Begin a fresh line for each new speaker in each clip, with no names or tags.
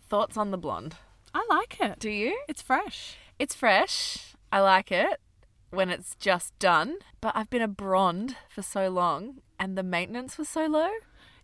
Thoughts on the blonde?
I like it.
Do you?
It's fresh.
It's fresh. I like it when it's just done. But I've been a blonde for so long and the maintenance was so low.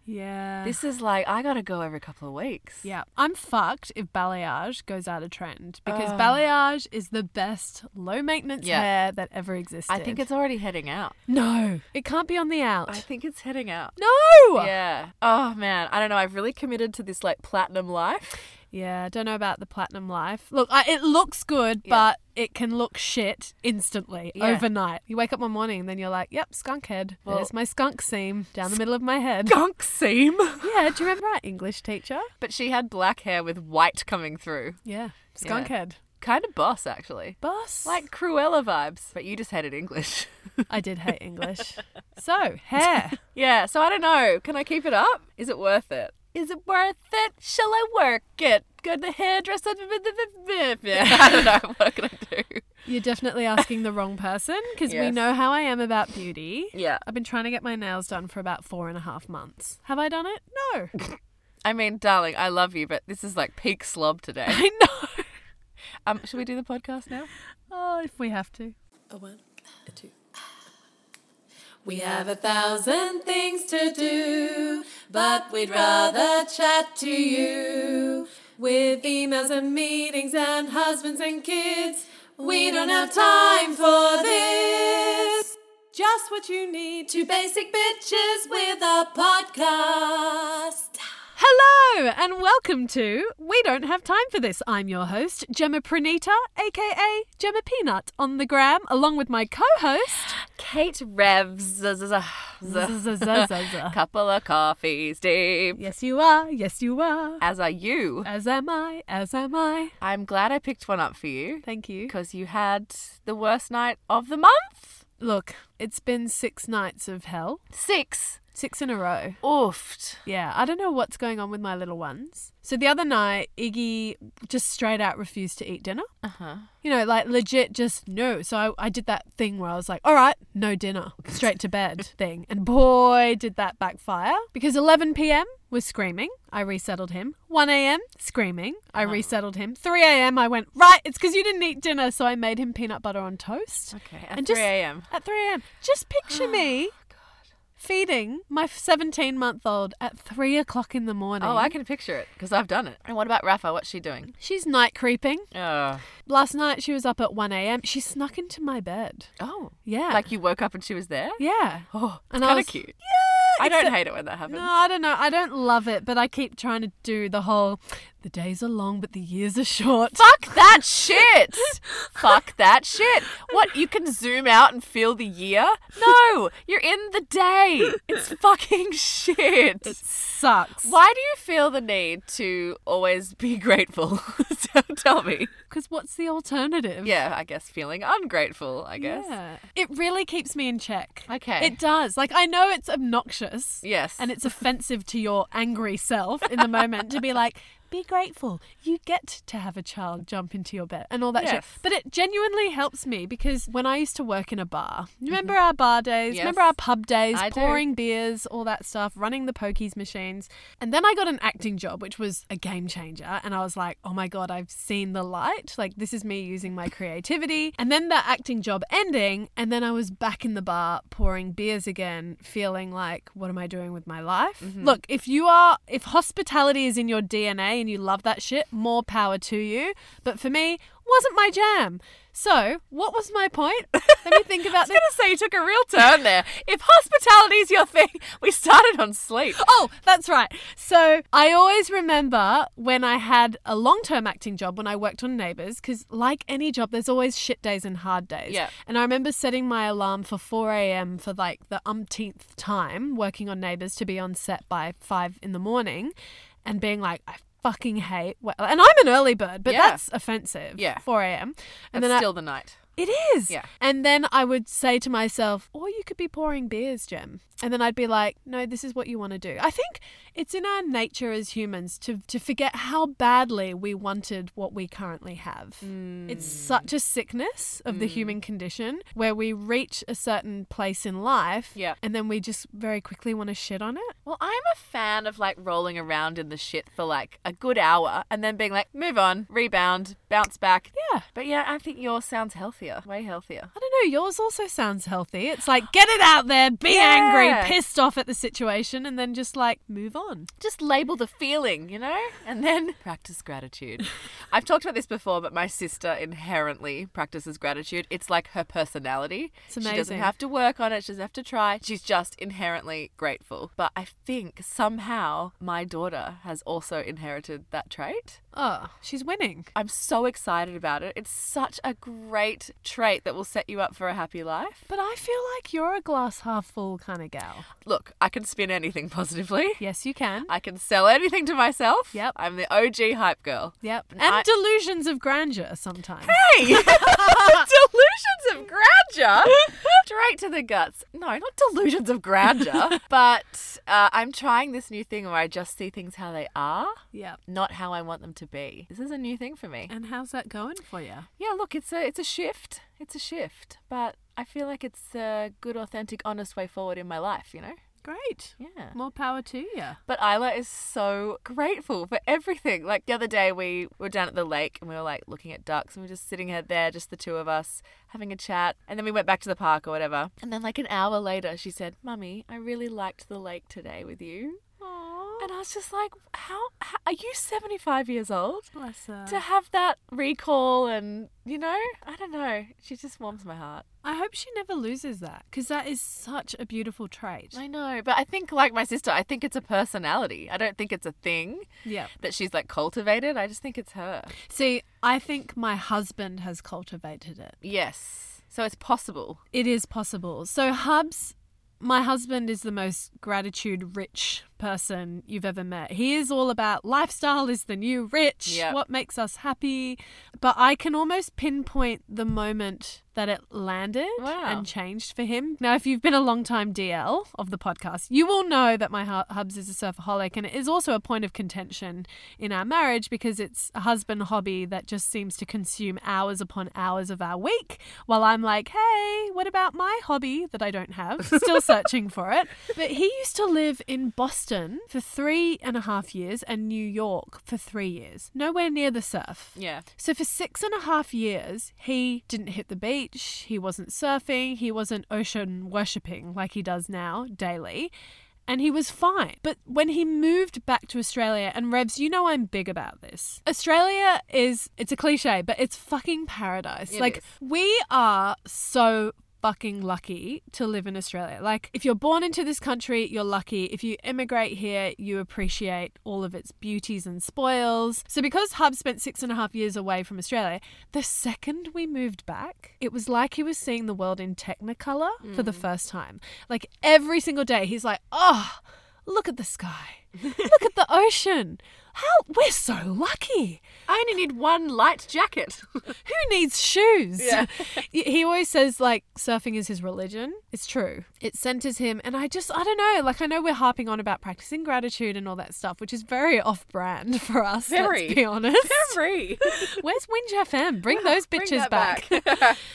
Yeah.
This is like, I gotta go every couple of weeks.
Yeah, I'm fucked if balayage goes out of trend because
Oh.
balayage is the best low maintenance
Yeah.
hair that ever existed.
I think it's already heading out.
no, it can't be on the out.
I think it's heading out.
no.
Yeah. Oh man, I don't know. I've really committed to this like platinum life.
Yeah, don't know about the platinum life. Look, I, it looks good,
Yeah.
but it can look shit instantly
Yeah.
overnight. You wake up one morning and then you're like, "Yep, skunk head.
Well-
There's my skunk seam down the middle of my head."
Gunk seam.
yeah, do you remember our English teacher?
But she had black hair with white coming through.
Yeah, skunk head.
Kind of boss actually.
Boss.
Like Cruella vibes. But you just hated English.
I did hate English. so, hair.
yeah, so I don't know. Can I keep it up? Is it worth it? Is it worth it? Shall I work it? Go to the hairdresser. I don't know. What can I do?
You're definitely asking the wrong person because we
Yes.
know how I am about beauty.
Yeah.
I've been trying to get my nails done for about four and a half months. Have I done it? No.
I mean, darling, I love you, but this is like peak slob today.
I know.
Um, should we do the podcast now?
Oh, if we have to.
A one, a two. We have a thousand things to do, but we'd rather chat to you. With emails and meetings and husbands and kids, we don't have time for this. Just what you need two basic bitches with a podcast.
Hello and welcome to We Don't Have Time for This. I'm your host, Gemma Pranita, aka Gemma Peanut, on the gram, along with my co host.
Kate Revs. A couple of coffees deep.
yes, you are. Yes, you are.
As are you.
As am I. As am I.
I'm glad I picked one up for you
Thank you.
because you had the worst night of the month.
Look, it's been six nights of hell,
Six.
six in a row.
Oofed.
Yeah, I don't know what's going on with my little ones. So the other night, Iggy just straight out refused to eat dinner.
Uh huh.
You know, like legit just no. So I, I did that thing where I was like, all right, no dinner, straight to bed thing. And boy, did that backfire because 11 p.m. was screaming. I resettled him. 1 a.m. screaming. I resettled him. 3 a.m. I went, right, it's because you didn't eat dinner. So I made him peanut butter on toast.
Okay. At
And just-
3 a.m.
At 3 a.m. Just picture
Oh,
me feeding my 17 month old at 3 o'clock in the morning.
Oh, I can picture it because I've done it. And what about Rafa? What's she doing?
She's night creeping.
Uh,
Last night she was up at 1 a.m. She snuck into my bed.
oh.
Yeah.
Like you woke up and she was there?
yeah.
Oh,
And
and
I
kind
was-
of cute. Yeah. I don't hate it when that happens.
No, I don't know. I don't love it, but I keep trying to do the whole the days are long but the years are short.
Fuck that shit. Fuck that shit. What, you can zoom out and feel the year? No, you're in the day. It's fucking shit.
Sucks.
Why do you feel the need to always be grateful? Tell- Tell me.
Because what's the alternative?
Yeah, I guess feeling ungrateful, I guess.
Yeah. It really keeps me in check.
Okay.
It does. Like I know it's obnoxious.
Yes.
and it's offensive to your angry self in the moment to be like, be grateful. You get to have a child jump into your bed and all that shit.
Yes.
But it genuinely helps me because when I used to work in a bar, remember our bar days,
Mm-hmm. Yes.
remember our pub days,
I do.
pouring beers, all that stuff, running the pokies machines. And then I got an acting job, which was a game changer. And I was like, oh my God, I've seen the light. Like, this is me using my creativity. And then that acting job ending. And then I was back in the bar pouring beers again, feeling like, what am I doing with my life? Look, if you are, if hospitality is in your DNA and you love that shit, more power to you. But for me, wasn't my jam. So, what was my point? Let me think about
I was
this.
gonna say you took a real turn there. If hospitality's your thing, we started on sleep.
Oh, that's right. So I always remember when I had a long term acting job when I worked on Neighbours, because like any job, there's always shit days and hard days.
Yeah.
And I remember setting my alarm for 4 a.m. for like the umpteenth time working on Neighbours to be on set by 5 in the morning and being like, I fucking hate. Well, and I'm an early bird, but
Yeah.
that's offensive.
Yeah.
4 a.m. And
That's
I-
still the night.
It is.
Yeah.
And then I would say to myself, or you could be pouring beers, Jem. And then I'd be like, no, this is what you want to do. I think it's in our nature as humans to, to forget how badly we wanted what we currently have. It's such a sickness of the human condition where we reach a certain place in life
Yeah.
and then we just very quickly want to shit on it.
Well, I'm a fan of like rolling around in the shit for like a good hour and then being like, move on, rebound, bounce back.
Yeah.
But yeah, I think yours sounds healthier, way healthier.
I don't know, yours also sounds healthy. It's like, get it out there, be
Yeah.
angry, pissed off at the situation, and then just like move on.
Just label the feeling, you know? And then practice gratitude. I've talked about this before, but my sister inherently practices gratitude. It's like her personality.
It's
She doesn't
amazing.
have to work on it, she doesn't have to try. She's just inherently grateful. But I think somehow my daughter has also inherited that trait.
Oh, she's winning.
I'm so excited about it. It's such a great trait that will set you up for a happy life.
But I feel like you're a glass half full kind of gal.
Look, I can spin anything positively.
Yes, you can.
I can sell anything to myself.
Yep.
I'm the OG hype girl.
Yep. And
I-
delusions of grandeur sometimes.
Hey! delusions of grandeur! Straight to the guts. No, not delusions of grandeur. but uh, I'm trying this new thing where I just see things how they are,
Yep.
not how I want them to be. This is a new thing for me.
And how's that going for you?
yeah, look, it's a it's a shift. It's a shift, but I feel like it's a good, authentic, honest way forward in my life. You know?
Great.
Yeah.
More power to you.
But Isla is so grateful for everything. Like the other day, we were down at the lake and we were like looking at ducks and we were just sitting out there, just the two of us, having a chat. And then we went back to the park or whatever. And then, like an hour later, she said, Mummy, I really liked the lake today with you. And I was just like, how, how are you 75 years old?
Bless her.
to have that recall and you know i don't know she just warms my heart
I hope she never loses that because that is such a beautiful trait.
i know but i think like my sister i think it's a personality i don't think it's a thing
Yeah.
that she's like cultivated i just think it's her
See, I think my husband has cultivated it.
yes so it's possible
It is possible. So, Hubs, my husband is the most gratitude rich person you've ever met. He is all about lifestyle is the new rich,
Yep.
what makes us happy. But I can almost pinpoint the moment that it landed
Wow.
and changed for him. Now, if you've been a long time DL of the podcast, you will know that my hu- Hubs is a surfaholic and it is also a point of contention in our marriage because it's a husband hobby that just seems to consume hours upon hours of our week while I'm like, hey, what about my hobby that I don't have? Still searching for it. But he used to live in Boston for three and a half years and New York for three years, nowhere near the surf.
yeah
So for six and a half years, he didn't hit the beach, he wasn't surfing, he wasn't ocean worshipping like he does now daily. And he was fine. But when he moved back to Australia, and Revs, you know I'm big about this. Australia is, it's a cliche, but it's fucking paradise.
It
like,
is.
we are so fucking lucky to live in Australia. Like, if you're born into this country, you're lucky. If you immigrate here, you appreciate all of its beauties and spoils. So, because Hub spent six and a half years away from Australia, the second we moved back, it was like he was seeing the world in Technicolor for the first time. Like, every single day, he's like, oh, look at the sky, look at the ocean. How we're so lucky
i only need one light jacket
who needs shoes?
Yeah.
he he always says like surfing is his religion. It's true. It centers him and I just I don't know, like I know we're harping on about practicing gratitude and all that stuff, which is very off brand for us,
Very.
let's be honest.
free
Where's Winge FM? Bring those bitches back.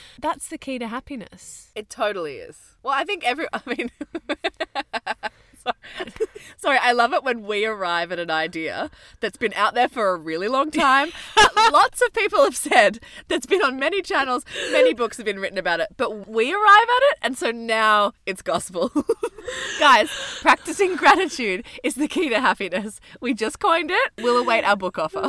That's the key to happiness.
it totally is well i think every i mean Sorry. Sorry, I love it when we arrive at an idea that's been out there for a really long time. that lots of people have said that's been on many channels, many books have been written about it, but we arrive at it, and so now it's gospel. Guys, practicing gratitude is the key to happiness. We just coined it. We'll await our book offer.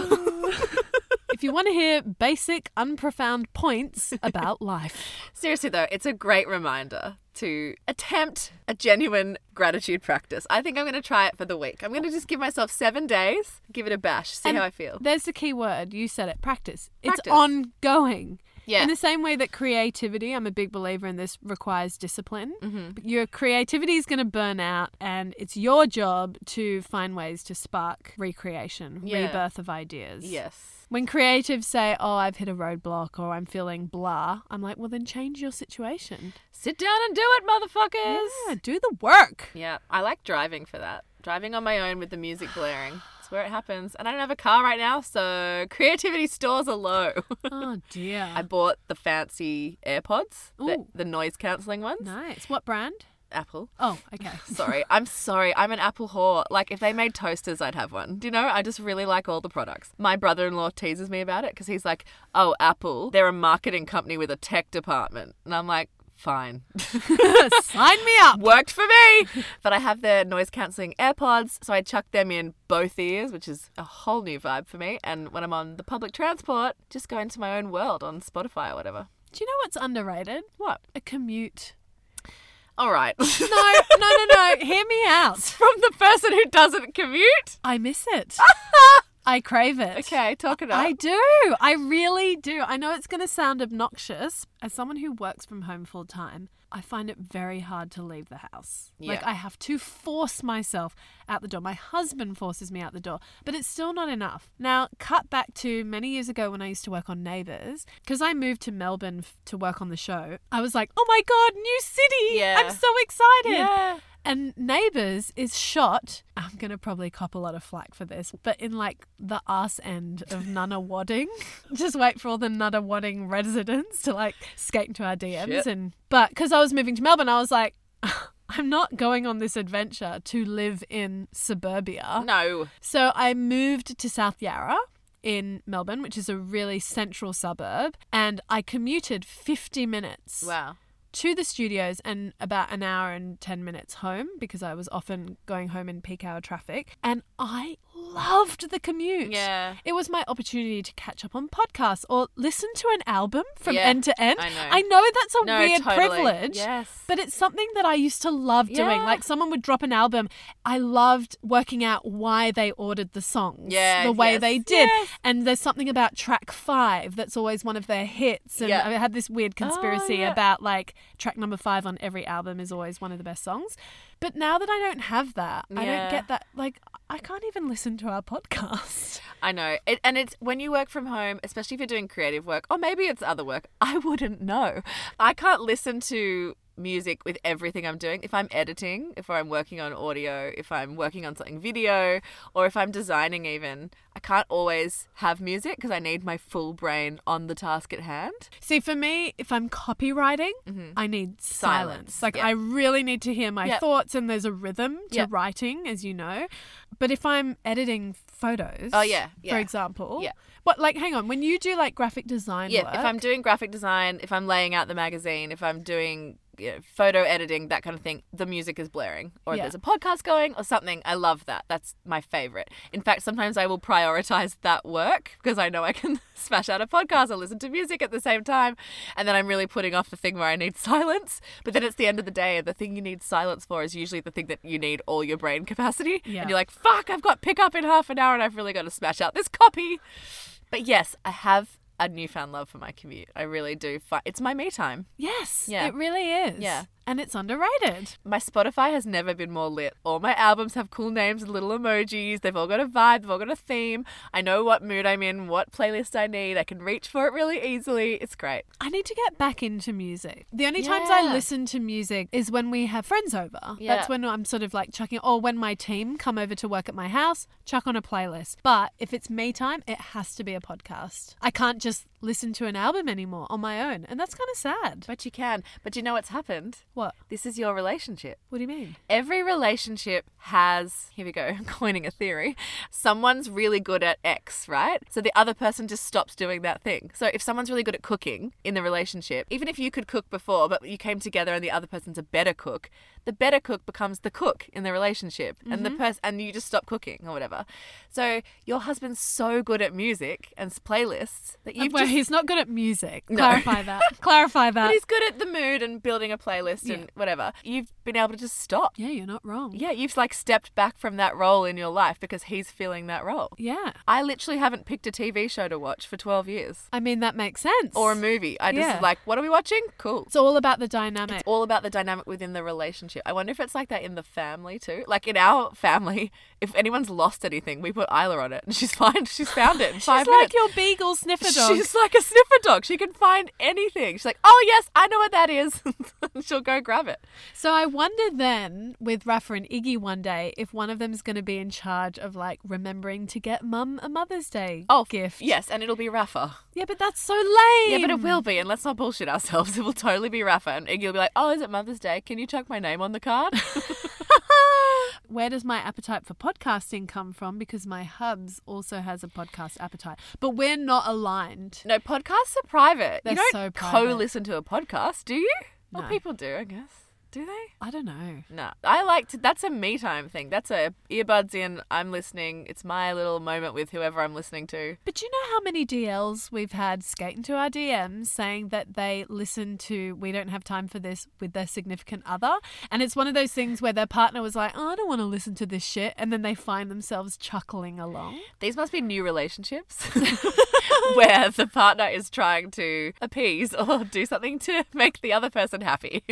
if you want to hear basic, unprofound points about life.
Seriously, though, it's a great reminder to attempt a genuine gratitude practice. I think I'm going to try it for the week. I'm going to just give myself seven days, give it a bash, see
And
how I feel.
There's the key word. You said it. Practice. It's
Practice.
ongoing.
Yeah.
In the same way that creativity, I'm a big believer in this, requires discipline.
Mm-hmm.
Your creativity is going to burn out, and it's your job to find ways to spark recreation,
Yeah.
rebirth of ideas.
Yes.
When creatives say, "Oh, I've hit a roadblock," or "I'm feeling blah," I'm like, "Well, then change your situation.
Sit down and do it, motherfuckers.
Yeah, do the work."
Yeah, I like driving for that. Driving on my own with the music blaring. It's where it happens. And I don't have a car right now, so creativity stores are low.
oh dear.
I bought the fancy AirPods, the,
Ooh.
the noise cancelling ones.
nice. What brand?
Apple.
Oh, okay.
Sorry, I'm sorry. I'm an Apple whore. Like, if they made toasters, I'd have one. Do you know? I just really like all the products. My brother in law teases me about it because he's like, oh, Apple, they're a marketing company with a tech department. And I'm like, fine.
Sign me up.
worked for me. But I have the noise cancelling AirPods, so I chuck them in both ears, which is a whole new vibe for me. And when I'm on the public transport, just go into my own world on Spotify or whatever.
Do you know what's underrated?
What?
A commute.
All right. From
No, no, no, no. Hear me out.
the person who doesn't commute.
I miss it. I crave it.
Okay, talk it up.
I do. I really do. I know it's going to sound obnoxious. As someone who works from home full time, I find it very hard to leave the house. Like,
Yeah.
I have to force myself out the door. My husband forces me out the door, but it's still not enough. Now, cut back to many years ago when I used to work on Neighbours, because I moved to Melbourne f- to work on the show. I was like, oh my God, new city.
Yeah.
I'm so excited.
yeah.
And Neighbours is shot. I'm going to probably cop a lot of flack for this, but in like the arse end of Nunna Wadding. Just wait for all the Nunna Wadding residents to like skate into our DMs.
Shit.
And But because I was moving to Melbourne, I was like, I'm not going on this adventure to live in suburbia.
No.
So I moved to South Yarra in Melbourne, which is a really central suburb, and I commuted 50 minutes
Wow.
to the studios and about an hour and 10 minutes home because I was often going home in peak hour traffic. And I loved the commute.
Yeah.
It was my opportunity to catch up on podcasts or listen to an album from
Yeah,
end to end.
I know.
that's a
No,
weird
totally.
privilege.
Yes.
But it's something that I used to love doing.
Yeah.
Like someone would drop an album. I loved working out why they ordered the songs
Yeah,
the way
yes,
they did.
yes.
And there's something about track five that's always one of their hits. And
Yeah. Oh,
I had this weird conspiracy
yeah.
about like track number five on every album is always one of the best songs. But now that I don't have that, I
Yeah.
don't get that. Like, I can't even listen to our podcast.
I know. It, and it's when you work from home, especially if you're doing creative work, or maybe it's other work, I wouldn't know. I can't listen to music with everything I'm doing. If I'm editing, if I'm working on audio, if I'm working on something video, or if I'm designing, even, I can't always have music because I need my full brain on the task at hand.
See, for me, if I'm copywriting, I need
Mm-hmm.
silence.
Silence,
Like,
yeah.
I really need to hear my
Yep.
thoughts, and there's a rhythm to
Yep.
writing, as you know. But if I'm editing photos,
Oh, yeah, yeah.
for example,
Yeah.
What, like, hang on, when you do like graphic design
Yeah,
work,
if I'm doing graphic design, if I'm laying out the magazine, if I'm doing you know, photo editing, that kind of thing, the music is blaring, or
Yeah.
there's a podcast going, or something. I love that. That's my favorite. In fact, sometimes I will prioritize that work because I know I can smash out a podcast or listen to music at the same time, and then I'm really putting off the thing where I need silence. But then it's the end of the day, and the thing you need silence for is usually the thing that you need all your brain capacity,
Yeah.
and you're like, "Fuck, I've got pick up in half an hour, and I've really got to smash out this copy." But yes, I have a newfound love for my commute. I really do. Fi- it's my me time.
yes,
Yeah.
it really is,
Yeah.
and it's underrated.
My Spotify has never been more lit. All my albums have cool names and little emojis. They've all got a vibe, they've all got a theme. I know what mood I'm in, what playlist I need. I can reach for it really easily. It's great.
I need to get back into music. The only times I
Yeah.
listen to music is when we have friends over.
Yeah.
That's when I'm sort of like chucking, or when my team come over to work at my house, chuck on a playlist. But if it's me time, it has to be a podcast. I can't just listen to an album anymore on my own. And that's kind of sad.
But you can. But you know what's happened?
What?
This is your relationship.
What do you mean?
Every relationship has, here we go, coining a theory. Someone's really good at X, right? So the other person just stops doing that thing. So if someone's really good at cooking in the relationship, even if you could cook before, but you came together and the other person's a better cook, the better cook becomes the cook in the relationship and the person and you just stop cooking or whatever. So your husband's so good at music and s- playlists that you've
Where
just
he's not good at music. Clarify that. Clarify
but
that.
he's good at the mood and building a playlist and whatever. You've been able to just stop.
Yeah, you're not wrong.
Yeah, you've like stepped back from that role in your life because he's filling that role.
Yeah.
I literally haven't picked a TV show to watch for 12 years
I mean, that makes sense.
or a movie. I just
Yeah.
like, what are we watching? Cool.
It's all about the dynamic.
It's all about the dynamic within the relationship. I wonder if it's like that in the family too. Like in our family, if anyone's lost anything, we put Isla on it and she's fine. She's found it in five
She's
minutes.
like your beagle sniffer dog.
She's like a sniffer dog. She can find anything. She's like, oh, yes, I know what that is. She'll go grab it.
So I wonder then with Rafa and Iggy one day if one of them's going to be in charge of like remembering to get mum a Mother's Day
Oh,
gift.
Yes, and it'll be Rafa.
Yeah, but that's so lame.
Yeah, but it will be, and let's not bullshit ourselves. It will totally be Rafa. And Iggy will be like, oh, is it Mother's Day? Can you chuck my name on the card?
Where does my appetite for podcasting come from? Because my hubs also has a podcast appetite, but we're not aligned.
no, podcasts are private.
They're
you don't
so private.
co-listen to a podcast, do you? Well,
No.
people do, I guess. Do they?
I don't know.
No, I like to. That's a me time thing. That's a earbuds in. I'm listening. It's my little moment with whoever I'm listening to.
But do you know how many DLs we've had skate into our DMs saying that they listen to We Don't Have Time for This with their significant other? And it's one of those things where their partner was like, oh, I don't want to listen to this shit. And then they find themselves chuckling along.
These must be new relationships where the partner is trying to appease or do something to make the other person happy.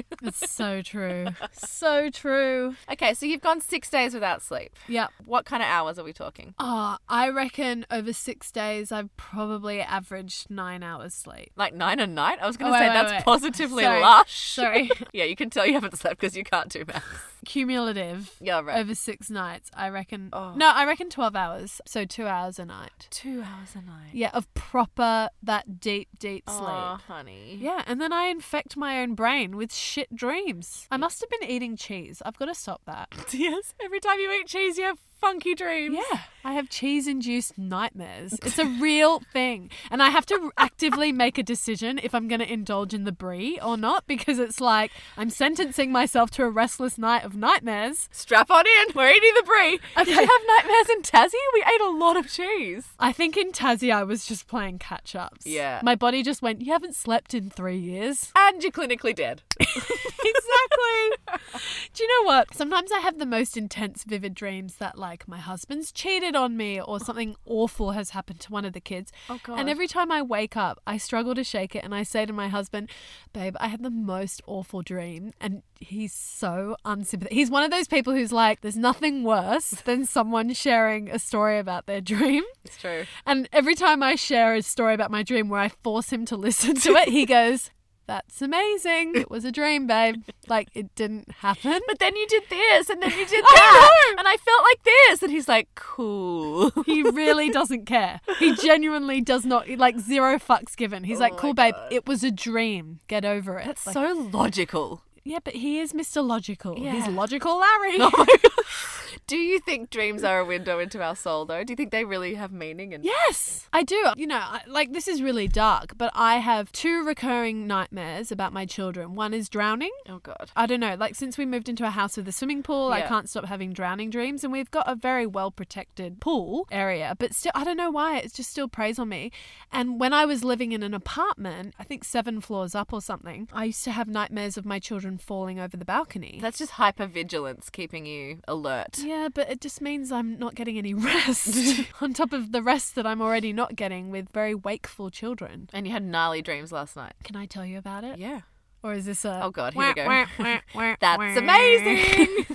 It's so true. so true.
okay, so you've gone six days without sleep.
Yep.
What kind of hours are we talking?
Oh, I reckon over six days, I've probably averaged nine hours sleep.
Like nine a night? I was going
Oh,
to
wait,
say
wait,
that's
wait.
positively
Sorry.
lush.
Sorry.
yeah, you can tell you haven't slept because you can't do maths. Uh,
Cumulative.
Yeah, right.
Over six nights, I reckon.
Oh.
No, I reckon 12 hours. So two hours a night.
Two hours a night.
Yeah, of proper that deep, deep sleep.
Oh, honey.
Yeah, and then I infect my own brain with shit dreams. I must have been eating cheese. I've got to stop that.
Yes. Every time you eat cheese, you have funky dreams.
Yeah, I have cheese induced nightmares. It's a real thing. And I have to actively make a decision if I'm going to indulge in the brie or not because it's like I'm sentencing myself to a restless night of nightmares.
Strap on in. We're eating the brie. Did you
Okay.
have nightmares in Tassie? We ate a lot of cheese.
I think in Tassie I was just playing catch ups.
Yeah.
My body just went, You haven't slept in three years.
And you're clinically dead.
exactly. Do you know what? Sometimes I have the most intense, vivid dreams that, like, my husband's cheated on me or something awful has happened to one of the kids.
Oh, God.
And every time I wake up, I struggle to shake it and I say to my husband, Babe, I had the most awful dream. And he's so unsympathetic. He's one of those people who's like, There's nothing worse than someone sharing a story about their dream.
It's true.
And every time I share a story about my dream where I force him to listen to it, he goes, That's amazing. It was a dream, babe. Like, it didn't happen.
But then you did this, and then you did that, and I felt like this, and he's like, "Cool."
He really doesn't care. He genuinely does not, like, zero fucks given. He's like,
my
Cool, babe. It was a dream. Get over it.
That's
Like,
so logical.
yeah, but he is Mr. Logical. He's
Yeah.
Logical Larry.
Do you think dreams are a window into our soul, though? Do you think they really have meaning? And
Yes, I do. You know, I, like this is really dark, but I have two recurring nightmares about my children. One is drowning.
oh god,
I don't know, like since we moved into a house with a swimming pool, I
Yeah.
can't stop having drowning dreams. And we've got a very well protected pool area, but still, I don't know why, it's just still preys on me. And when I was living in an apartment, I think seven floors up or something, I used to have nightmares of my children falling over the balcony.
that's just hypervigilance keeping you alert.
yeah, but it just means I'm not getting any rest on top of the rest that I'm already not getting with very wakeful children.
And you had gnarly dreams last night.
Can I tell you about it?
Yeah,
Or is this a.
Oh, God, here we go.
go.
that's amazing.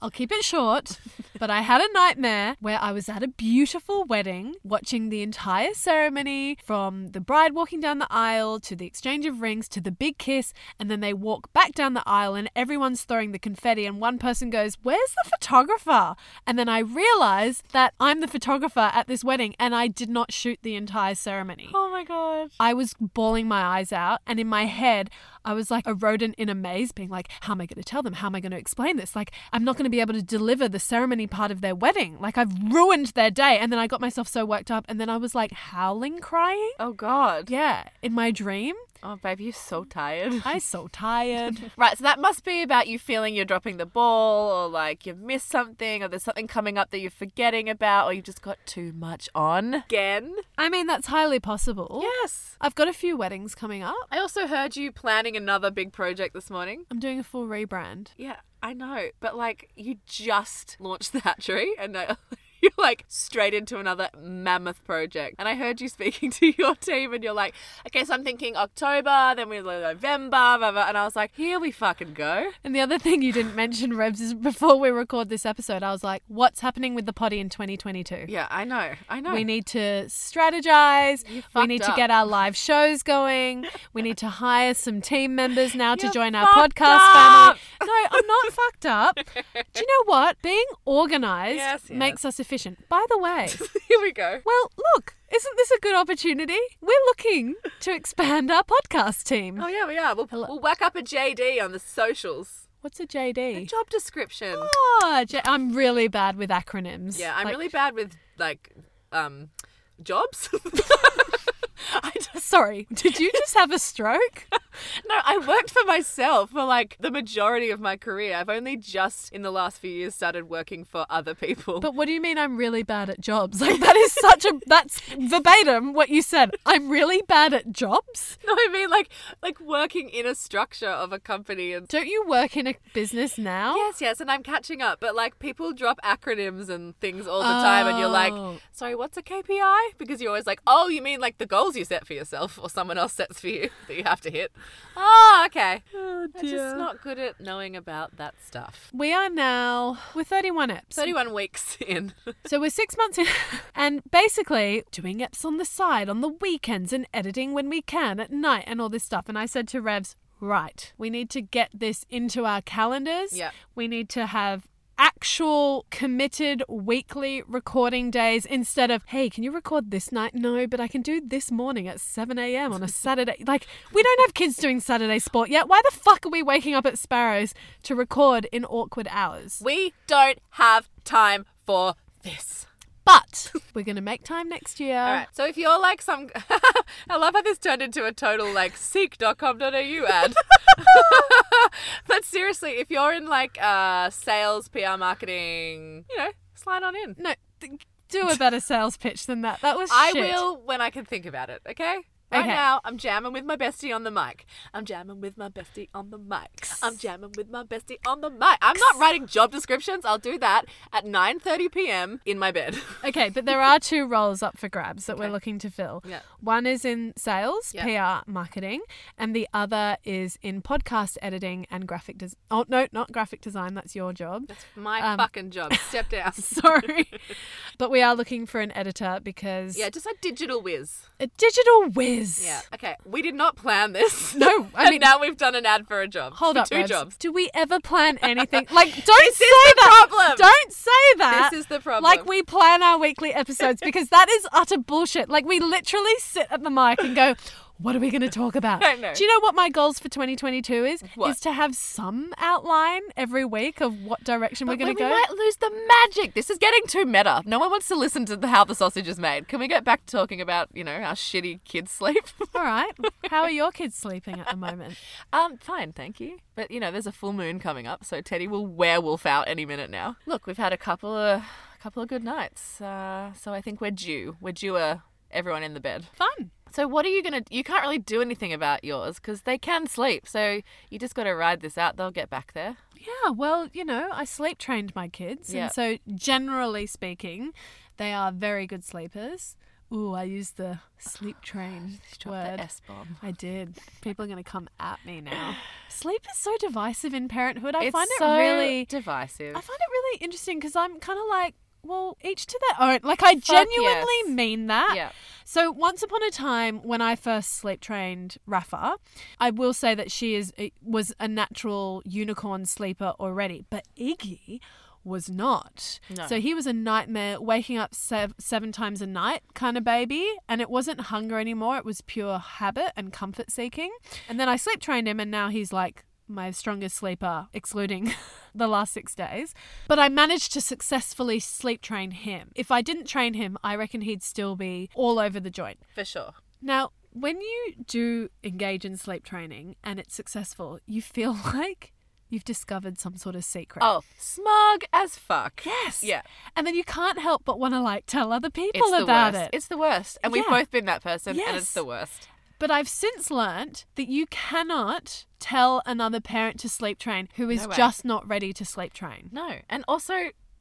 I'll keep it short, but I had a nightmare where I was at a beautiful wedding, watching the entire ceremony from the bride walking down the aisle to the exchange of rings to the big kiss, and then they walk back down the aisle and everyone's throwing the confetti, and one person goes, Where's the photographer? And then I realize that I'm the photographer at this wedding and I did not shoot the entire ceremony.
oh my god.
I was bawling my eyes out, and in my head, I was like a rodent in a maze, being like, How am I going to tell them? How am I going to explain this? Like, I'm not going to be able to deliver the ceremony part of their wedding. Like, I've ruined their day. And then I got myself so worked up, and then I was like howling, crying.
Oh god.
Yeah, in my dream.
Oh, babe, you're so tired.
I'm so tired.
Right, so that must be about you feeling you're dropping the ball, or like you've missed something, or there's something coming up that you're forgetting about, or you've just got too much on. Again?
I mean, that's highly possible.
Yes.
I've got a few weddings coming up.
I also heard you planning another big project this morning.
I'm doing a full rebrand.
Yeah, I know, but like you just launched the hatchery and now you're like straight into another mammoth project. And I heard you speaking to your team and you're like, okay, so I'm thinking October, then we're like November, blah, blah. and I was like, here we fucking go.
And the other thing you didn't mention, Rebs, is before we record this episode, I was like, what's happening with the potty in 2022?
Yeah, I know, I know.
We need to strategize. We
fucked
need to
up.
get our live shows going. We need to hire some team members now to
You're
join our
fucked
podcast
up.
family. No, I'm not fucked up. Do you know what? Being organized
Yes, yes.
makes us efficient. By the way,
here we go.
well, look, isn't this a good opportunity? We're looking to expand our podcast team.
Oh yeah, we are. We'll, we'll whack up a JD on the socials.
What's a JD?
Job description.
Oh, J- I'm really bad with acronyms.
Yeah, I'm
Like,
really bad with like um jobs. I just
Sorry, did you just have a stroke?
No, I worked for myself for like the majority of my career. I've only just in the last few years started working for other people.
But what do you mean I'm really bad at jobs? Like that is such a that's verbatim what you said. I'm really bad at jobs?
no, I mean like like working in a structure of a company and
Don't you work in a business now?
Yes, yes, and I'm catching up, but like people drop acronyms and things all the time and you're like,
Oh.
"Sorry, what's a KPI?" because you're always like, "Oh, you mean like the goals you set for yourself or someone else sets for you that you have to hit." Oh, okay. I'm just not good at knowing about that stuff.
We are now we're 31 eps.
31 weeks in.
So we're 6 months in and basically doing eps on the side on the weekends and editing when we can at night and all this stuff and I said to Revs, "Right, we need to get this into our calendars.
Yep.
We need to have actual committed weekly recording days instead of, hey, can you record this night? No, but I can do this morning at 7 a.m. on a Saturday. Like, we don't have kids doing Saturday sport yet. Why the fuck are we waking up at Sparrows to record in awkward hours?
We don't have time for this.
But we're going to make time next year.
All right. So if you're like some, I love how this turned into a total like seek.com.au ad. but seriously, if you're in like uh, sales, PR, marketing, you know, slide on in.
No, th- do a better sales pitch than that. That was
I
shit.
will when I can think about it. Okay. Right
Okay.
now, I'm jamming with my bestie on the mic. I'm jamming with my bestie on the mic. I'm jamming with my bestie on the mic. I'm not writing job descriptions. I'll do that at 9:30 p.m. in my bed.
Okay, but there are two roles up for grabs that we're looking to fill.
Yeah.
One is in sales, PR, marketing, and the other is in podcast editing and graphic design. Oh, no, not graphic design. That's your job.
That's my fucking job. Step down.
Sorry. but we are looking for an editor because
Yeah, just a digital whiz.
a digital whiz.
Okay. We did not plan this.
No, I
and
mean-
now we've done an ad for a job.
Hold
for
up,
Two
Rebs.
jobs.
Do we ever plan anything? Like, don't
This
say
is the
that.
problem.
Don't say that.
This is the problem.
Like, we plan our weekly episodes because that is utter bullshit. Like, we literally sit at the mic and go, "What are we going to talk about?"
I know.
Do you know what my goals for 2022 is?
What?
Is to have some outline every week of what direction we're going
Like,
to go.
We might lose the magic. This is getting too meta. No one wants to listen to the, how the sausage is made. Can we get back to talking about, you know, how shitty kids sleep?
All right. How are your kids sleeping at the moment?
um, fine, thank you. But, you know, there's a full moon coming up, so Teddy will werewolf out any minute now. Look, we've had a couple of a couple of good nights. Uh, so I think we're due. We're due a everyone in the bed.
Fun.
So what are you gonna? You can't really do anything about yours because they can sleep. So you just got to ride this out. They'll get back there.
Yeah, well, you know, I sleep trained my kids.
Yeah.
And so, generally speaking, they are very good sleepers. Ooh, I used the sleep trained word.
S bomb.
I did. People are going to come at me now. Sleep is so divisive in parenthood. I
It's
find it
so
really.
divisive.
I find it really interesting because I'm kind of like, well, each to their own. Like, I genuinely
yes.
mean that.
Yeah.
So, once upon a time, when I first sleep trained Rafa, I will say that she is eh, was a natural unicorn sleeper already, but Iggy was not.
No.
So he was a nightmare, waking up sev- seven times a night kind of baby, and it wasn't hunger anymore. It was pure habit and comfort seeking. And then I sleep trained him, and now he's like my strongest sleeper, excluding the last six days. But I managed to successfully sleep train him. If I didn't train him, I reckon he'd still be all over the joint.
for sure.
Now, when you do engage in sleep training and it's successful, you feel like you've discovered some sort of secret.
Oh, smug as fuck.
yes.
Yeah.
And then you can't help but want to like tell other people
It's the
about
worst.
it.
It's the worst. And we've
Yeah.
both been that person, and
Yes.
it's the worst.
But I've since learnt that you cannot tell another parent to sleep train who is
No way.
just not ready to sleep train.
No. And also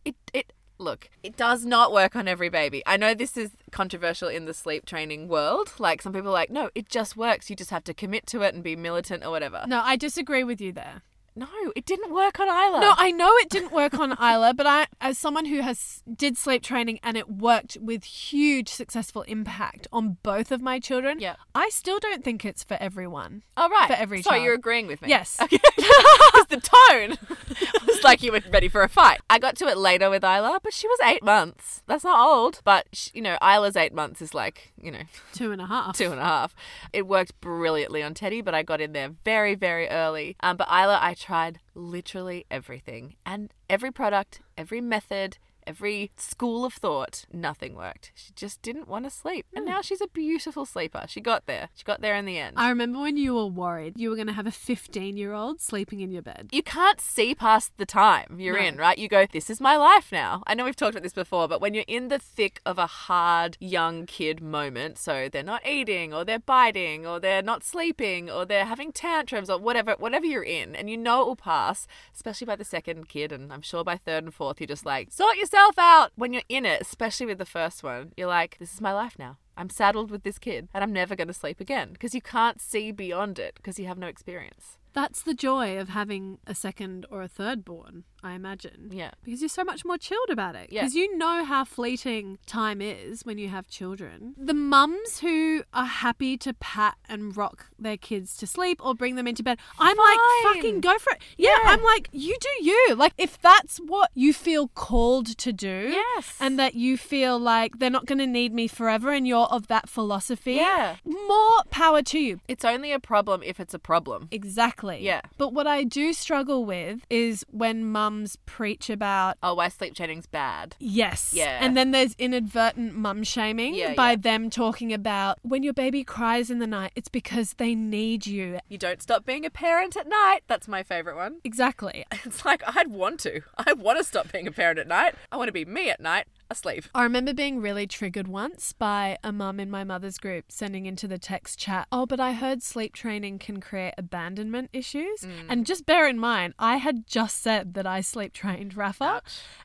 it it look, it does not work on every baby. I know this is controversial in the sleep training world. Like some people are like, no, it just works. You just have to commit to it and be militant or whatever.
No, I disagree with you there.
No, it didn't work on Isla.
No, I know it didn't work on Isla, but I, as someone who has did sleep training and it worked with huge successful impact on both of my children,
Yep.
I still don't think it's for everyone.
Oh, right.
for every
Sorry,
child.
you're agreeing with me.
Yes.
Okay. It's the tone. it's like you were ready for a fight. I got to it later with Isla, but she was eight months. That's not old, but sh you know, Isla's eight months is like you know
Two and a half.
two and a half. It worked brilliantly on Teddy, but I got in there very very early. Um, but Isla, I tried literally everything and every product, every method. Every school of thought, nothing worked. She just didn't want to sleep. And
Hmm.
now she's a beautiful sleeper. She got there. She got there in the end.
I remember when you were worried you were going to have a 15 year old sleeping in your bed.
you can't see past the time you're
No.
in, right? You go, this is my life now. I know we've talked about this before, but when you're in the thick of a hard young kid moment, so they're not eating or they're biting or they're not sleeping or they're having tantrums or whatever, whatever you're in, and you know it will pass, especially by the second kid, and I'm sure by third and fourth, you're just like, sort yourself out. When you're in it, especially with the first one, you're like, this is my life now. I'm saddled with this kid and I'm never going to sleep again because you can't see beyond it because you have no experience.
That's the joy of having a second or a third born, I imagine.
Yeah.
Because you're so much more chilled about it.
Yeah.
Because you know how fleeting time is when you have children. The mums who are happy to pat and rock their kids to sleep or bring them into bed, I'm
Fine.
like, fucking go for it. Yeah,
Yeah.
I'm like, you do you. Like, if that's what you feel called to do.
Yes.
And that you feel like they're not going to need me forever and you're of that philosophy.
Yeah.
More power to you.
It's only a problem if it's a problem.
Exactly.
Yeah.
But what I do struggle with is when mums preach about
Oh, why sleep training's bad.
yes.
Yeah.
And then there's inadvertent mum shaming
Yeah,
by
yeah.
them talking about when your baby cries in the night, it's because they need you.
You don't stop being a parent at night. That's my favorite one.
Exactly.
It's like I'd want to. I want to stop being a parent at night. I want to be me at night, asleep.
I remember being really triggered once by a mum in my mother's group sending into the text chat, Oh, but I heard sleep training can create abandonment issues.
Mm.
And just bear in mind, I had just said that I sleep trained Rafa.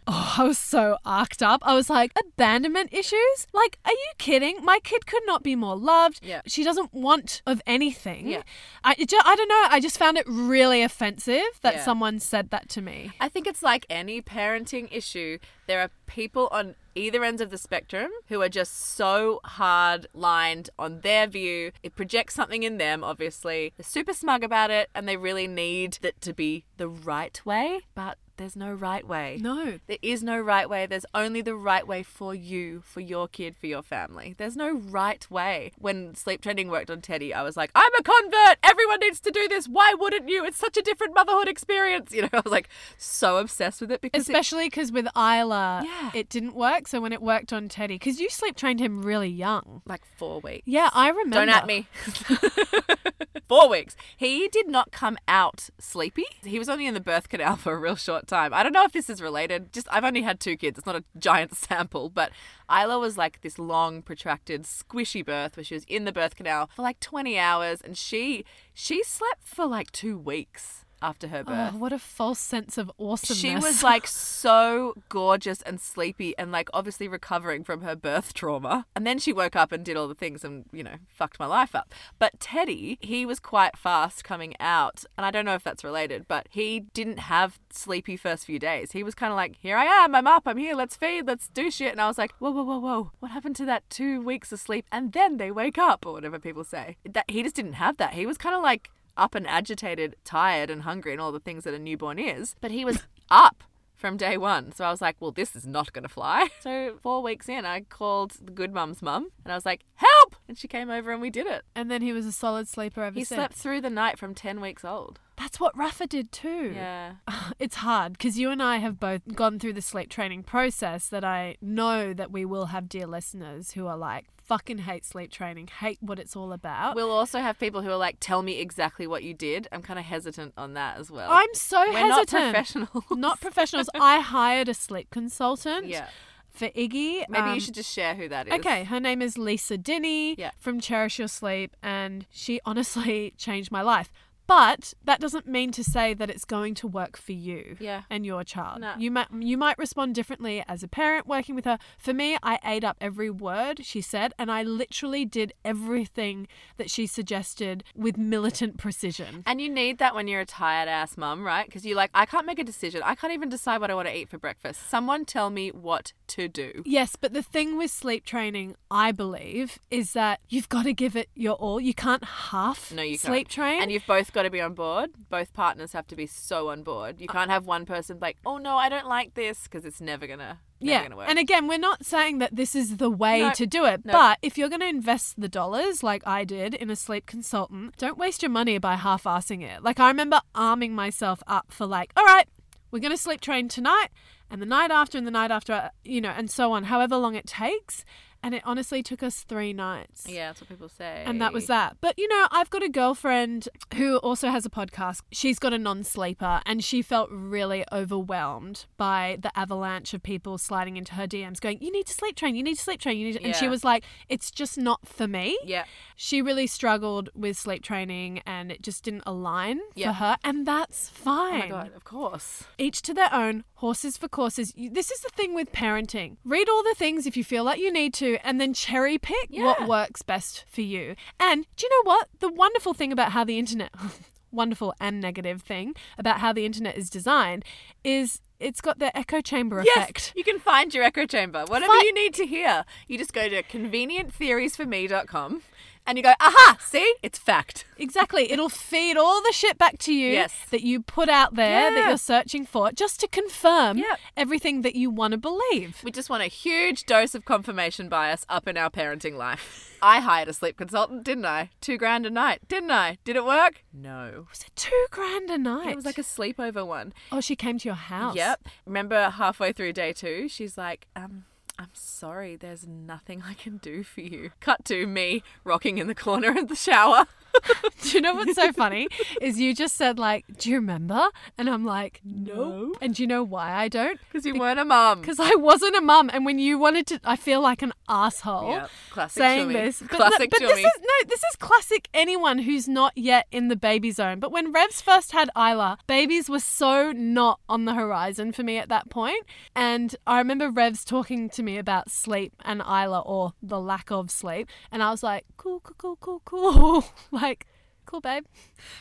Oh, I was so arced up. I was like, Abandonment issues? Like, are you kidding? My kid could not be more loved.
Yeah.
She doesn't want of anything.
Yeah.
I, it ju- I don't know. I just found it really offensive that
Yeah.
someone said that to me.
I think it's like any parenting issue. There are people on either ends of the spectrum who are just so hard lined on their view. It projects something in them, obviously. They're super smug about it and they really need it to be the right way, but there's no right way.
No.
There is no right way. There's only the right way for you, for your kid, for your family. There's no right way. When sleep training worked on Teddy, I was like, I'm a convert. Everyone needs to do this. Why wouldn't you? It's such a different motherhood experience. You know, I was like so obsessed with it because it,
Especially because with Isla,
Yeah.
it didn't work. So when it worked on Teddy, because you sleep trained him really young.
like four weeks.
Yeah, I remember.
Don't at me. Four weeks. He did not come out sleepy. He was only in the birth canal for a real short time. I don't know if this is related. Just I've only had two kids. It's not a giant sample, but Isla was like this long, protracted, squishy birth where she was in the birth canal for like 20 hours, and she she slept for like two weeks after her birth.
Oh, what a false sense of awesomeness.
She was like so gorgeous and sleepy and like obviously recovering from her birth trauma. And then she woke up and did all the things and, you know, fucked my life up. But Teddy, he was quite fast coming out. And I don't know if that's related, but he didn't have sleepy first few days. He was kind of like, here I am, I'm up, I'm here, let's feed, let's do shit. And I was like, whoa, whoa, whoa, whoa, what happened to that two weeks of sleep and then they wake up or whatever people say? That he just didn't have that. He was kind of like, up and agitated, tired and hungry, and all the things that a newborn is. But he was up from day one. So I was like, well, this is not going to fly. So four weeks in, I called the good mum's mum and I was like, help! And she came over and we did it.
and then he was a solid sleeper ever
He
since.
slept through the night from 10 weeks old.
That's what Rafa did too.
Yeah.
It's hard because you and I have both gone through the sleep training process that I know that we will have dear listeners who are like, fucking hate sleep training, hate what it's all about.
We'll also have people who are like, tell me exactly what you did. I'm kind of hesitant on that as well.
I'm so
We're
hesitant.
not professionals.
Not professionals. I hired a sleep consultant
Yeah.
for Iggy.
Maybe
Um,
you should just share who that is.
Okay, her name is Lisa Dinney
Yeah.
from Cherish Your Sleep, and she honestly changed my life. But that doesn't mean to say that it's going to work for you
Yeah.
and your child.
No.
You might you might respond differently as a parent working with her. For me, I ate up every word she said, and I literally did everything that she suggested with militant precision.
And you need that when you're a tired ass mum, right? Because you're like, I can't make a decision. I can't even decide what I want to eat for breakfast. Someone tell me what to do.
Yes, but the thing with sleep training, I believe, is that you've got to give it your all. You can't half
No, you
sleep
can't.
train.
And you've both got to be on board. Both partners have to be so on board.
Uh,
You can't have one person like, oh no, I don't like this, because it's never gonna, never
yeah.
gonna work.
And again, we're not saying that this is the way
No,
to do it,
no.
but if you're going to invest the dollars like I did in a sleep consultant, don't waste your money by half assing it. Like I remember arming myself up for like, all right, we're going to sleep train tonight and the night after and the night after, you know, and so on, however long it takes. And it honestly took us three nights.
yeah, that's what people say.
And that was that. But you know, I've got a girlfriend who also has a podcast. She's got a non sleeper and she felt really overwhelmed by the avalanche of people sliding into her DMs going, You need to sleep train, you need to sleep train, you need to... and she
Yeah.
was like, It's just not for me.
Yeah.
She really struggled with sleep training and it just didn't align
Yeah.
for her. And that's fine.
Oh my god, of course.
Each to their own, horses for courses. You- This is the thing with parenting. Read all the things if you feel like you need to, and then cherry pick what
Yeah.
works best for you. And do you know what? The wonderful thing about how the internet, wonderful and negative thing about how the internet is designed, is it's got the echo chamber effect.
Yes, you can find your echo chamber. Whatever
Fi-
you need to hear, you just go to convenienttheoriesforme.com and you go, aha, see, it's fact.
Exactly. It'll feed all the shit back to you
Yes.
that you put out there that
Yeah.
you're searching for just to confirm
Yep.
everything that you want to believe.
We just want a huge dose of confirmation bias up in our parenting life. I hired a sleep consultant, didn't I? Two grand a night, didn't I? Did it work? No.
Was it two grand a night?
It was like a sleepover one.
Oh, she came to your house.
Yep. Remember halfway through day two, she's like, um, I'm sorry, there's nothing I can do for you. Cut to me rocking in the corner in the shower.
Do you know what's so funny? Is you just said like, "Do you remember?" And I'm like, "Nope." And do you know why I don't?
Because you weren't a mum.
Because I wasn't a mum, and when you wanted to, I feel like an asshole
Yep. Classic
saying
Chumi.
this. But,
Classic
but this
Chumi.
is no, this is classic anyone who's not yet in the baby zone. But when Revs first had Isla, babies were so not on the horizon for me at that point. And I remember Revs talking to me about sleep and Isla or the lack of sleep, and I was like, "Cool, cool, cool, cool, cool," like, "Cool, babe."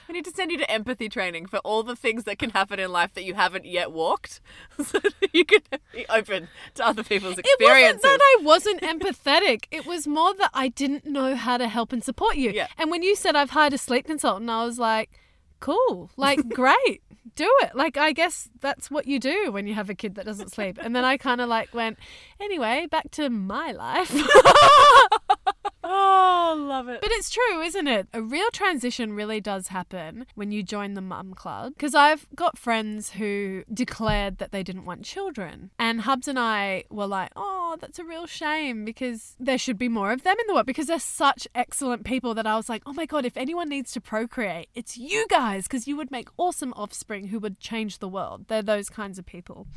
We need to send you to empathy training for all the things that can happen in life that you haven't yet walked, so that you can be open to other people's
It wasn't
experiences.
that I wasn't empathetic. It was more that I didn't know how to help and support you.
Yeah.
And when you said I've hired a sleep consultant, I was like, cool, like great, do it. Like I guess that's what you do when you have a kid that doesn't sleep. And then I kind of like went, anyway, back to my life.
oh, love it.
But it's true, isn't it? A real transition really does happen when you join the mum club. Because I've got friends who declared that they didn't want children. And Hubs and I were like, oh, that's a real shame because there should be more of them in the world because they're such excellent people that I was like, oh my God, if anyone needs to procreate, it's you guys because you would make awesome offspring who would change the world. They're those kinds of people.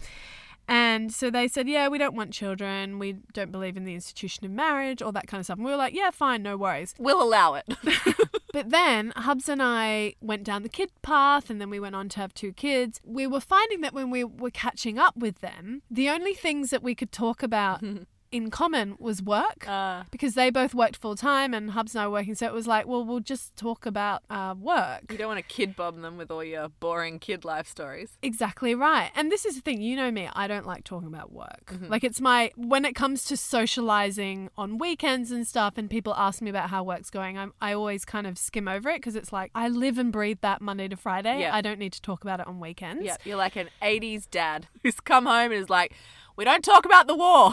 And so they said, Yeah, we don't want children. We don't believe in the institution of marriage, all that kind of stuff. And we were like, Yeah, fine, no worries.
We'll allow it.
But then Hubs and I went down the kid path and then we went on to have two kids. We were finding that when we were catching up with them, the only things that we could talk about in common was work.
Uh,
because they both worked full time and Hubs and I were working. So it was like, well, we'll just talk about uh, work.
you don't want to kid bomb them with all your boring kid life stories.
Exactly right. And this is the thing, you know me, I don't like talking about work.
Mm-hmm.
Like it's my when it comes to socializing on weekends and stuff and people ask me about how work's going, I'm I always kind of skim over it because it's like I live and breathe that Monday to Friday.
Yeah.
I don't need to talk about it on weekends.
Yeah, you're like an 80s dad who's come home and is like, we don't talk about the war.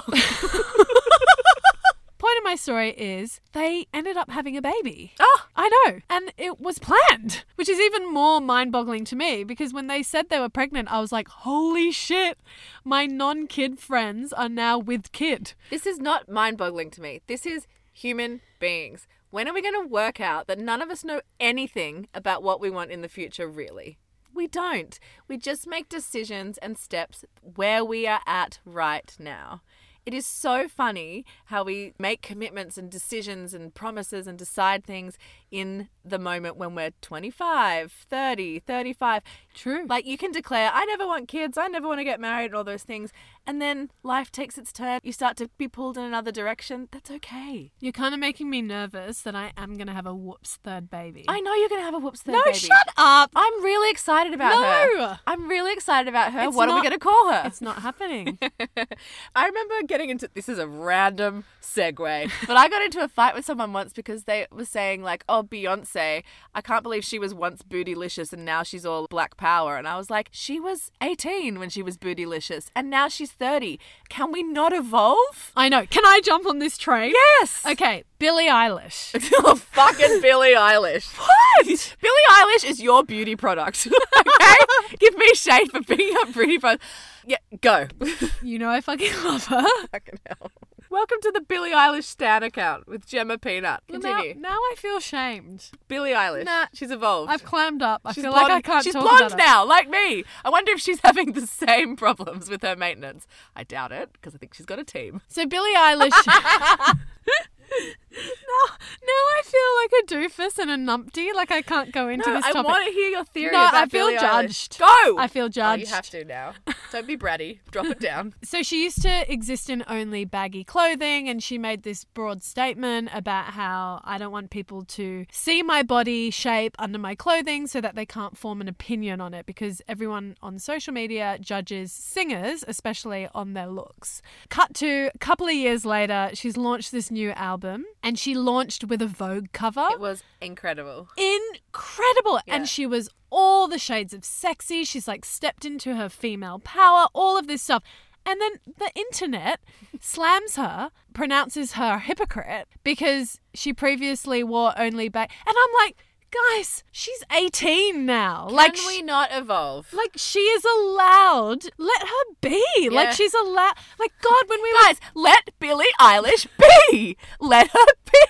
point of my story is they ended up having a baby.
Oh,
I know. And it was planned, which is even more mind boggling to me because when they said they were pregnant, I was like, holy shit, my non kid friends are now with kid.
this is not mind boggling to me. This is human beings. When are we going to work out that none of us know anything about what we want in the future, really? We don't. We just make decisions and steps where we are at right now. It is so funny how we make commitments and decisions and promises and decide things in the moment when we're 25, 30, 35.
True.
Like you can declare, I never want kids, I never want to get married, and all those things. And then life takes its turn. You start to be pulled in another direction. That's okay.
You're kind of making me nervous that I am going to have a whoops third baby.
I know you're gonna have a whoops third
no,
baby.
shut up.
I'm really excited about her.
No.
I'm really excited about her.
It's
what are we
not-
gonna call her?
It's not happening.
I remember getting into this is a random segue, but I got into a fight with someone once because they were saying like, "Oh, Beyonce, I can't believe she was once bootylicious and now she's all black power." And I was like, "She was 18 when she was bootylicious, and now she's 30. Can we not evolve?"
I know. Can I jump on this train?
Yes.
Okay, Billie Eilish.
oh, fucking Billie Eilish. What? Billie Eilish is your beauty product. okay, give me shade for being a beauty product. Yeah, go.
You know I fucking love her.
Fucking hell. Welcome to the Billie Eilish Stan account with Gemma Peanut.
Well,
Continue.
Now, now I feel shamed.
Billie Eilish.
Nah.
she's evolved.
I've clammed up. I
she's
feel
blonde.
like I can't
she's
talk
blonde
about it.
now, like me. I wonder if she's having the same problems with her maintenance. I doubt it because I think she's got a team.
So Billie Eilish. now, now I feel like a doofus and a numpty. Like I can't go into
No,
this
I
topic.
want to hear your theory.
No,
about
I feel
Billie Eilish.
judged.
Go.
I feel
Oh,
judged.
you have to now. Don't be bratty. Drop it down.
So she used to exist in only baggy clothing, and she made this broad statement about how I don't want people to see my body shape under my clothing so that they can't form an opinion on it because everyone on social media judges singers, especially on their looks. Cut to a couple of years later, she's launched this new album, and she launched with a Vogue cover
It was incredible.
incredible.
Yeah.
And she was all the shades of sexy. She's like stepped into her female power, all of this stuff. And then the internet slams her, pronounces her a hypocrite because she previously wore only back. And I'm like, guys, she's 18 now. like,
Can
sh-
we not evolve?
like she is allowed. Let her be.
Yeah.
Like she's allowed. Like God, when we were
Guys, let Billie Eilish be. Let her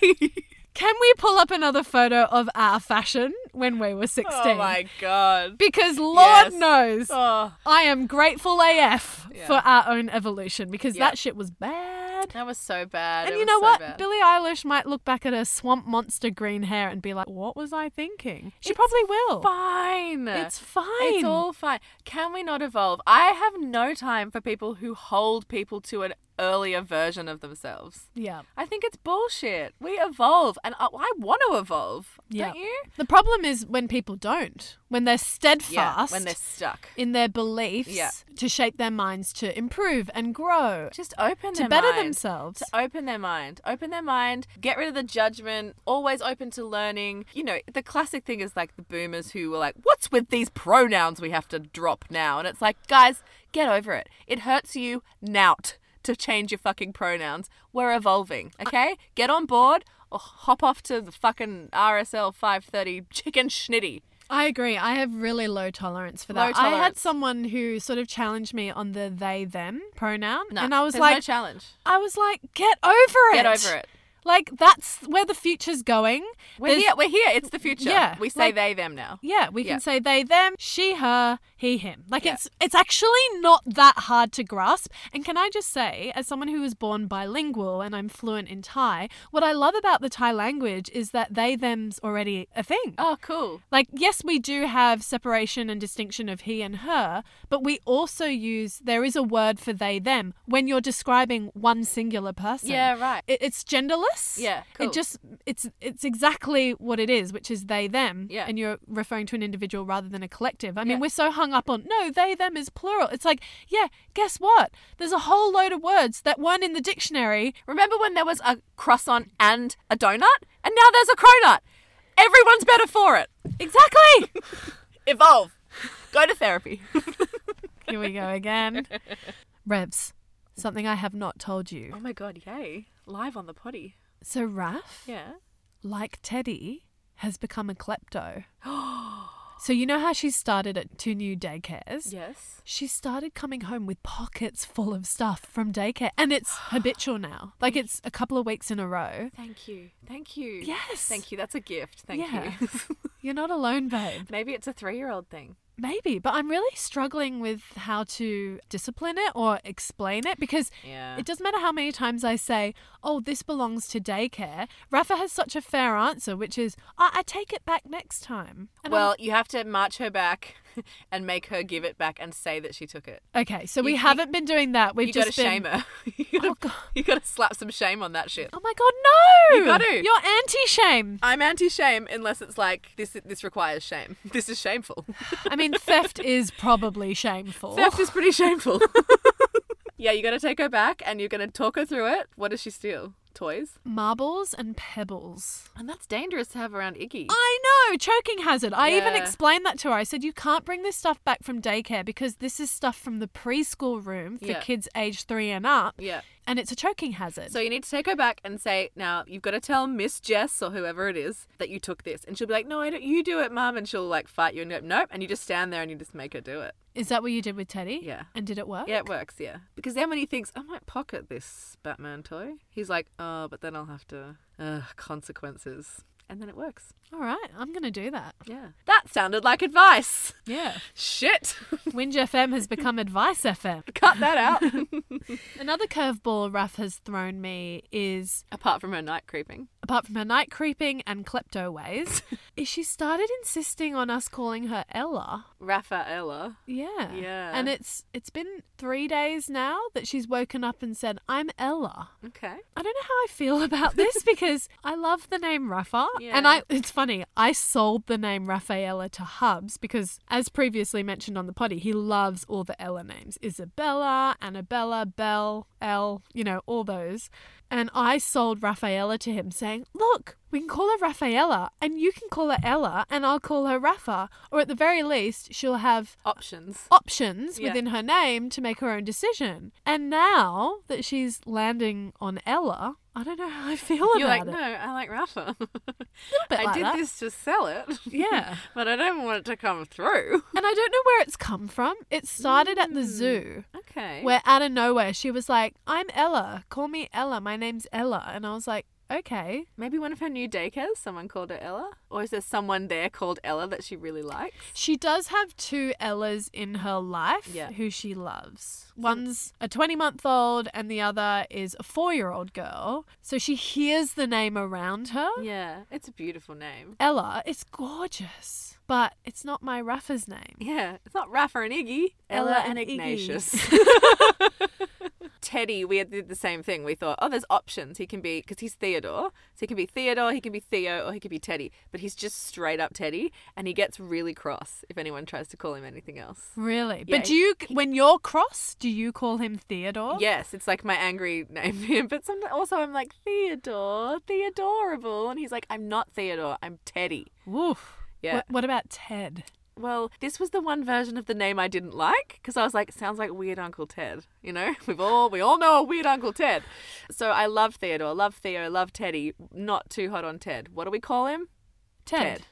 be.
can we pull up another photo of our fashion when we were 16?
Oh my god.
Because Lord
Yes.
knows,
Oh.
I am grateful AF
Yeah.
for our own evolution because
Yeah.
that shit was bad.
That was so bad.
and
It
you
was
know
so
what?
bad.
Billie Eilish might look back at her swamp monster green hair and be like, what was I thinking? She probably will.
fine.
It's fine.
It's all fine. Can we not evolve? I have no time for people who hold people to an earlier version of themselves.
yeah.
I think it's bullshit. We evolve, and I, I want to evolve.
Yeah.
Don't you?
The problem is when people don't, when they're steadfast
When they're stuck,
in their beliefs
Yeah.
to shape their minds to improve and grow,
just open
to
their
better
mind.
themselves.
To open their mind, open their mind, get rid of the judgment, always open to learning. You know, the classic thing is like the boomers who were like, What's with these pronouns we have to drop now? And it's like, Guys, get over it. It hurts you nout to change your fucking pronouns. We're evolving, okay? Get on board or hop off to the fucking RSL 530 chicken schnitty.
I agree. I have really low tolerance for
Low
that. I had
tolerance.
someone who sort of challenged me on the they them pronoun,
No,
and I was
there's no
like,
challenge.
I was like, get over it.
Get over it.
Like that's where the future's going.
We're
There's-
here. We're here. It's the future.
Yeah,
We say
like-
they, them now.
Yeah, we can
Yeah.
say they them, she her, he him. Like it's it's actually not that hard to grasp. And can I just say as someone who was born bilingual and I'm fluent in Thai, what I love about the Thai language is that they them's already a thing.
Oh, cool.
Like, yes, we do have separation and distinction of he and her, but we also use there is a word for they, them when you're describing one singular person.
Yeah, right.
It, it's genderless.
Yeah, cool.
It just, it's, it's exactly what it is, which is they, them.
Yeah.
And you're referring to an individual rather than a collective. I mean,
Yeah.
we're so hung up on, no, they, them is plural. It's like, yeah, guess what? There's a whole load of words that weren't in the dictionary.
Remember when there was a croissant and a donut? And now there's a cronut. Everyone's better for it.
Exactly.
Evolve. Go to therapy.
Here we go again. Revs, something I have not told you.
Oh my god, yay. live on the potty.
So Raf,
Yeah.
like Teddy, has become a klepto. so you know how she started at two new daycares?
Yes.
She started coming home with pockets full of stuff from daycare, and it's habitual now. Like it's a couple of weeks in a row.
Thank you. Thank you.
Yes.
Thank you. That's a gift. Thank
Yeah.
you.
You're not alone, babe.
Maybe it's a three year old thing.
Maybe, but I'm really struggling with how to discipline it or explain it because
Yeah.
it doesn't matter how many times I say, oh, this belongs to daycare. Rafa has such a fair answer, which is, I, I take it back next time. And I'm-
well, you have to march her back and make her give it back and say that she took it.
okay, so we
you-
haven't been doing that. We've
You gotta
just been.
shame her. you, gotta,
Oh, God.
you gotta slap some shame on that shit.
Oh my God, no!
You gotta.
You're anti shame.
I'm anti shame unless it's like this this requires shame. This is shameful.
I mean, theft is probably shameful.
Theft is pretty shameful. yeah, you're gonna take her back and you're gonna talk her through it. What does she steal? Toys.
Marbles and pebbles.
And that's dangerous to have around Iggy.
I know, choking hazard. I even
Yeah.
explained that to her. I said, You can't bring this stuff back from daycare because this is stuff from the preschool room for
Yeah.
kids age three and up,
Yeah.
and it's a choking hazard.
So you need to take her back and say, now you've got to tell Miss Jess or whoever it is that you took this, and she'll be like, no, I don't. You do it, mum, and she'll like fight you and go, nope, and you just stand there and you just make her do it.
is that what you did with Teddy?
Yeah.
And did it work?
Yeah, it works. Yeah, because then when he thinks I might pocket this Batman toy, he's like, oh, but then I'll have to uh, consequences, and then it works.
All right, I'm going to do that.
Yeah, that sounded like advice.
Yeah.
Shit,
Whinge FM has become Advice FM.
cut that out.
Another curveball Raf has thrown me is
Apart from her night creeping,
apart from her night creeping and klepto ways, is she started insisting on us calling her Ella.
Raffaella.
Yeah.
Yeah.
And it's it's been three days now that she's woken up and said, I'm Ella.
Okay.
I don't know how I feel about this because I love the name Rafa. And
Yeah.
I it's funny, I sold the name Rafaela to Hubs because as previously mentioned on the potty, he loves all the Ella names. Isabella, Annabella, Belle, Elle, you know, all those. And I sold Rafaela to him saying, Look, we can call her Rafaela and you can call her Ella and I'll call her Rafa. Or at the very least, she'll have
Options.
options
Yeah.
within her name to make her own decision. And now that she's landing on Ella, I don't know how I feel
You're like,
about
no,
it.
I like Rafa.
bit
I
like
did
that.
this to sell it.
Yeah.
But I don't want it to come through.
and I don't know where it's come from. It started at the zoo.
Mm. Okay.
Where out of nowhere she was like, I'm Ella. Call me Ella. My name's Ella. And I was like, okay.
Maybe one of her new daycares, someone called her Ella? Or is there someone there called Ella that she really likes?
She does have two Ellas in her life
Yeah.
who she loves. One's a 20 month old and the other is a four year old girl. So she hears the name around her.
Yeah, it's a beautiful name.
Ella, it's gorgeous, but it's not my Rafa's name.
Yeah, it's not Rafa and Iggy.
Ella
Ella,
and
and
Iggy.
Ignatius. Teddy, we had- did the same thing. We thought, oh, there's options. He can be, because he's Theodore. So he can be Theodore, he can be Theo, or he could be Teddy. But he's just straight up Teddy, and he gets really cross if anyone tries to call him anything else.
Really?
Yeah,
But do you, when you're cross, do you call him Theodore?
Yes, it's like my angry name for him. But sometimes also I'm like Theodore, Theodorable, and he's like, I'm not Theodore, I'm Teddy.
Woof.
Yeah.
What, what about Ted?
Well, this was the one version of the name I didn't like because I was like, sounds like Weird Uncle Ted. You know, we've all we all know a Weird Uncle Ted. So I love Theodore, love Theo, love Teddy. Not too hot on Ted. What do we call him?
Ted.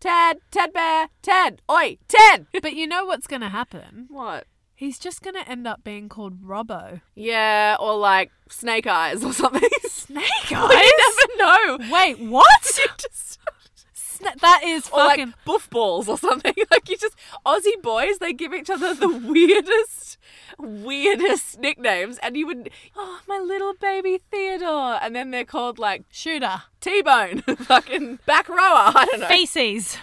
Ted, Ted Bear, Ted. Oi, Ted.
but you know what's going to happen?
what?
He's just going to end up being called Robbo.
Yeah, or like Snake Eyes or something.
Snake
I never know.
Wait, what?
You just-
Sna- that is
or
fucking.
like buff balls or something. Like you just Aussie boys, they give each other the weirdest, weirdest nicknames, and you would, oh my little baby Theodore, and then they're called like
Shooter.
T Bone, fucking back rower. I don't know.
Feces.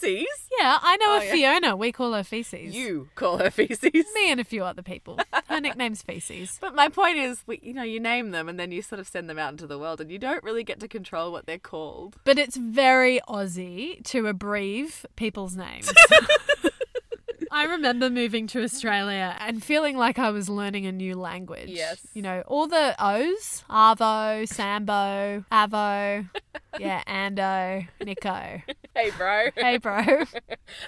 Feces.
Yeah, I know
Oh,
a
yeah.
Fiona. We call her Feces.
You call her feces.
Me and a few other people. Her nickname's Feces.
But my point is, we- you know, you name them and then you sort of send them out into the world, and you don't really get to control what they're called.
But it's very Aussie to abbreviate people's names. I remember moving to Australia and feeling like I was learning a new language.
Yes.
You know, all the O's Arvo, Sambo, Avo, yeah, Ando, Nico.
Hey, bro.
Hey, bro.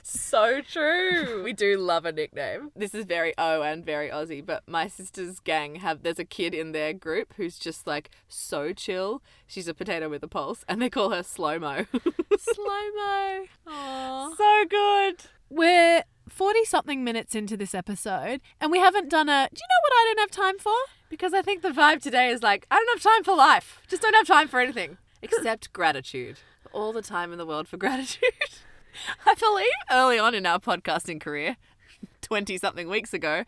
So true. We do love a nickname. This is very O and very Aussie, but my sister's gang have there's a kid in their group who's just like so chill. She's a potato with a pulse, and they call her slow mo.
Slow mo.
so good.
We're 40 something minutes into this episode and we haven't done a. Do you know what I don't have time for?
Because I think the vibe today is like, I don't have time for life. Just don't have time for anything except gratitude. All the time in the world for gratitude. I believe early on in our podcasting career, 20 something weeks ago,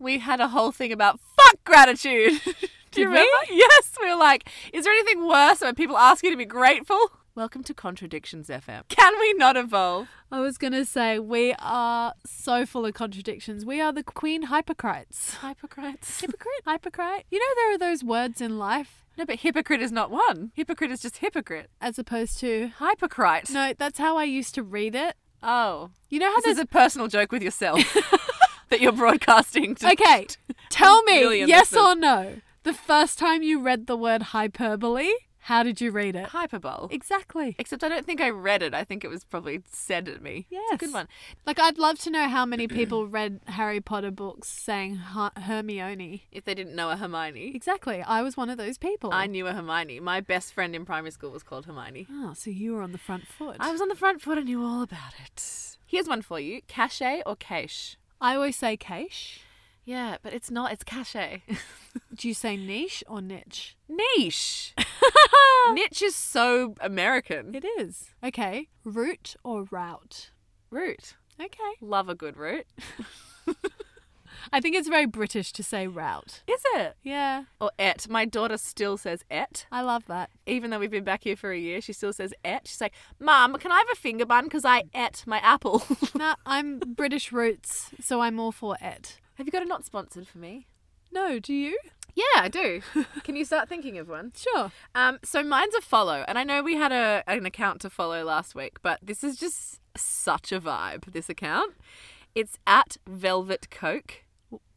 we had a whole thing about fuck gratitude. Do
Did we?
you remember? Yes. We were like, is there anything worse than when people ask you to be grateful? Welcome to Contradictions FM. Can we not evolve?
I was going to say we are so full of contradictions. We are the queen hypocrites.
Hypocrites.
Hypocrite? Hypocrite? You know, there are those words in life
No, but hypocrite is not one. Hypocrite is just hypocrite.
as opposed to.
Hypocrite.
No, that's how I used to read it.
Oh.
You know how
This
there's
is a personal joke with yourself that you're broadcasting. To-
Okay, tell me,
Million
yes
listeners.
or no, the first time you read the word hyperbole, how did you read it?
Hyperbole.
Exactly.
Except I don't think I read it. I think it was probably said at me. It's a
Yes.
good one.
Like, I'd love to know how many people read Harry Potter books saying Her- Hermione.
If they didn't know a Hermione,
Exactly. I was one of those people.
I knew a Hermione. My best friend in primary school was called Hermione.
Oh, so you were on the front foot.
I was on the front foot and knew all about it. Here's one for you cachet or cache?
I always say cache.
Yeah, but it's not, it's cachet.
Do you say niche or niche?
Niche. Niche is so American.
It is. Okay. Route or route?
Root.
Okay.
Love a good root.
I think it's very British to say route.
Is it?
Yeah,
Or et. My daughter still says et.
I love that.
even though we've been back here for a year, she still says et. She's like, Mom, can I have a finger bun? Because I et my apple.
No, I'm British roots, so I'm all for it.
have you got a not sponsored for me?
No, do you?
Yeah, I do. can you start thinking of one?
Sure.
Um, so mine's a follow, and I know we had a an account to follow last week, but this is just such a vibe. This account, it's at Velvet Coke.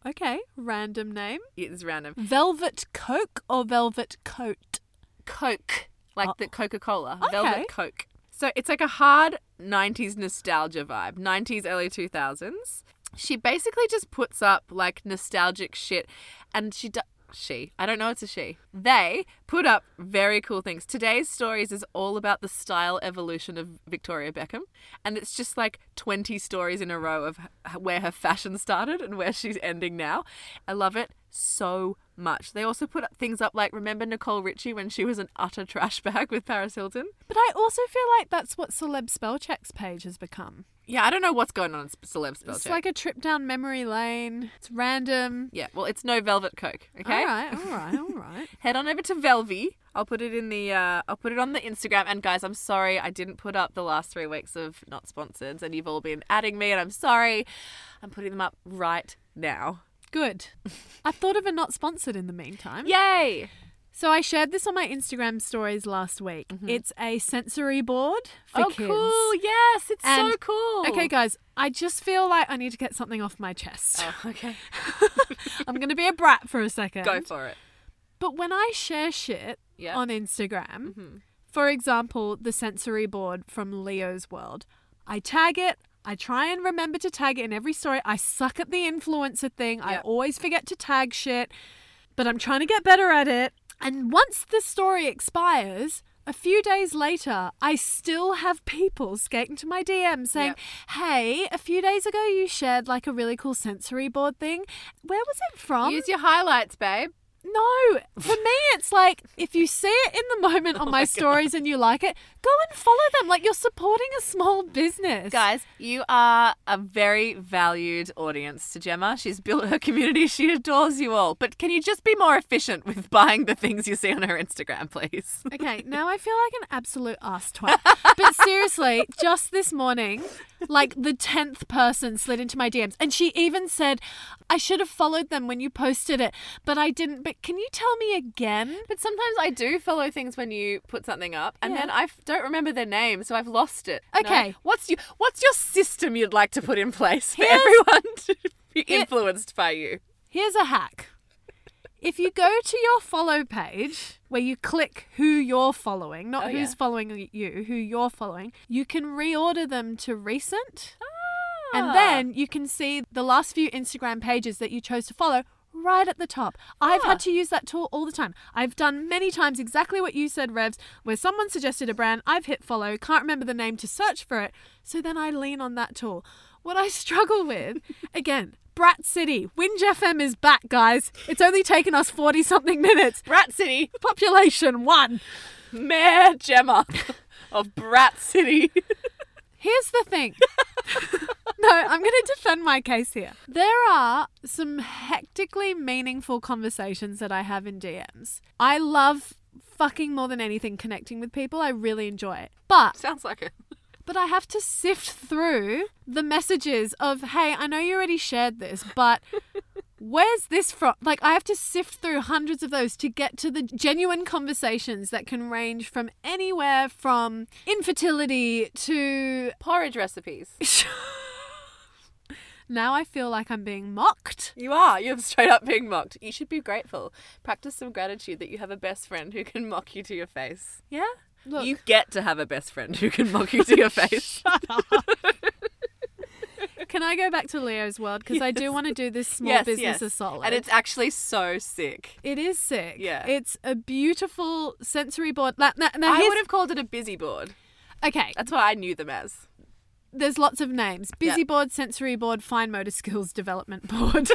Okay. Random name.
It's random.
Velvet Coke or Velvet Coat?
Coke, like the Coca Cola.
Okay.
Velvet Coke. So it's like a hard 90s nostalgia vibe, 90s, early 2000s. She basically just puts up like nostalgic shit and she do- She, I don't know, it's a she. They put up very cool things. Today's stories is all about the style evolution of Victoria Beckham. And it's just like 20 stories in a row of h- where her fashion started and where she's ending now. I love it so much. They also put up things up like remember Nicole Richie when she was an utter trash bag with Paris Hilton?
But I also feel like that's what Celeb Spellcheck's page has become.
Yeah, I don't know what's going on in Celeb Spell
It's
Check.
like a trip down memory lane. It's random.
yeah, well, it's no Velvet Coke, okay?
All right, all right, all right.
Head on over to Velvy. I'll put it in the uh, I'll put it on the Instagram. And guys, I'm sorry I didn't put up the last three weeks of not sponsors, and you've all been adding me, and I'm sorry. I'm putting them up right now.
Good. I've thought of a not sponsored in the meantime.
Yay!
So I shared this on my Instagram stories last week. It's a sensory board for
oh,
kids.
cool! Yes, it's so
And-
cool.
Okay, guys, I just feel like I need to get something off my chest.
Oh, okay,
I'm going to be a brat for a second.
go for it.
But when I share shit
Yeah.
on Instagram, for example, the sensory board from Leo's World, I tag it. I try and remember to tag it in every story. I suck at the influencer thing. I
Yep.
always forget to tag shit, but I'm trying to get better at it. And once the story expires, a few days later, I still have people skating to my DM saying,
Yep.
Hey, a few days ago you shared like a really cool sensory board thing. Where was it from?
Use your highlights, babe.
No, for me, it's like if you see it in the moment on my, stories and you like it, go and follow them. Like you're supporting a small business.
Guys, you are a very valued audience to Gemma. She's built her community. She adores you all. But can you just be more efficient with buying the things you see on her Instagram, please?
Okay, now I feel like an absolute ass twat. But seriously, just this morning, like the 10th person slid into my DMs and she even said, I should have followed them when you posted it, but I didn't. But can you tell me again?
But sometimes I do follow things when you put something up, and
Yeah.
then I f- don't remember their name, so I've lost it. No?
Okay.
what's your What's your system you'd like to put in place for
Here's-
everyone to be influenced by you?
Here's a hack. If you go to your follow page where you click who you're following, not
Oh,
who's
yeah.
following you, who you're following, you can reorder them to recent.
Ah.
And then you can see the last few Instagram pages that you chose to follow right at the top. I've
Ah.
had to use that tool all the time. I've done many times exactly what you said, Revs, where someone suggested a brand, I've hit follow, can't remember the name to search for it. So then I lean on that tool. What I struggle with, again, Brat City. Winge FM is back, guys. It's only taken us 40 something minutes.
Brat City,
Population one.
Mayor Gemma of Brat City.
Here's the thing. no, I'm going to defend my case here. There are some hectically meaningful conversations that I have in DMs. I love fucking more than anything connecting with people. I really enjoy it. But
Sounds like it.
but I have to sift through the messages of, hey, I know you already shared this, but where's this from? Like, I have to sift through hundreds of those to get to the genuine conversations that can range from anywhere from infertility to.
Porridge recipes.
now I feel like I'm being mocked.
You are. You're straight up being mocked. You should be grateful. Practice some gratitude that you have a best friend who can mock you to your face.
Yeah? Look.
You get to have a best friend who can mock you to your face.
Can I go back to Leo's world? Because I do want to do this small
yes,
business
yes.
assault.
And it's actually so sick.
it is sick.
Yeah.
It's a beautiful sensory board. Now, now, now
I
here's-
would have called it a busy board.
Okay.
That's what I knew them as.
there's lots of names busy board sensory board fine motor skills development board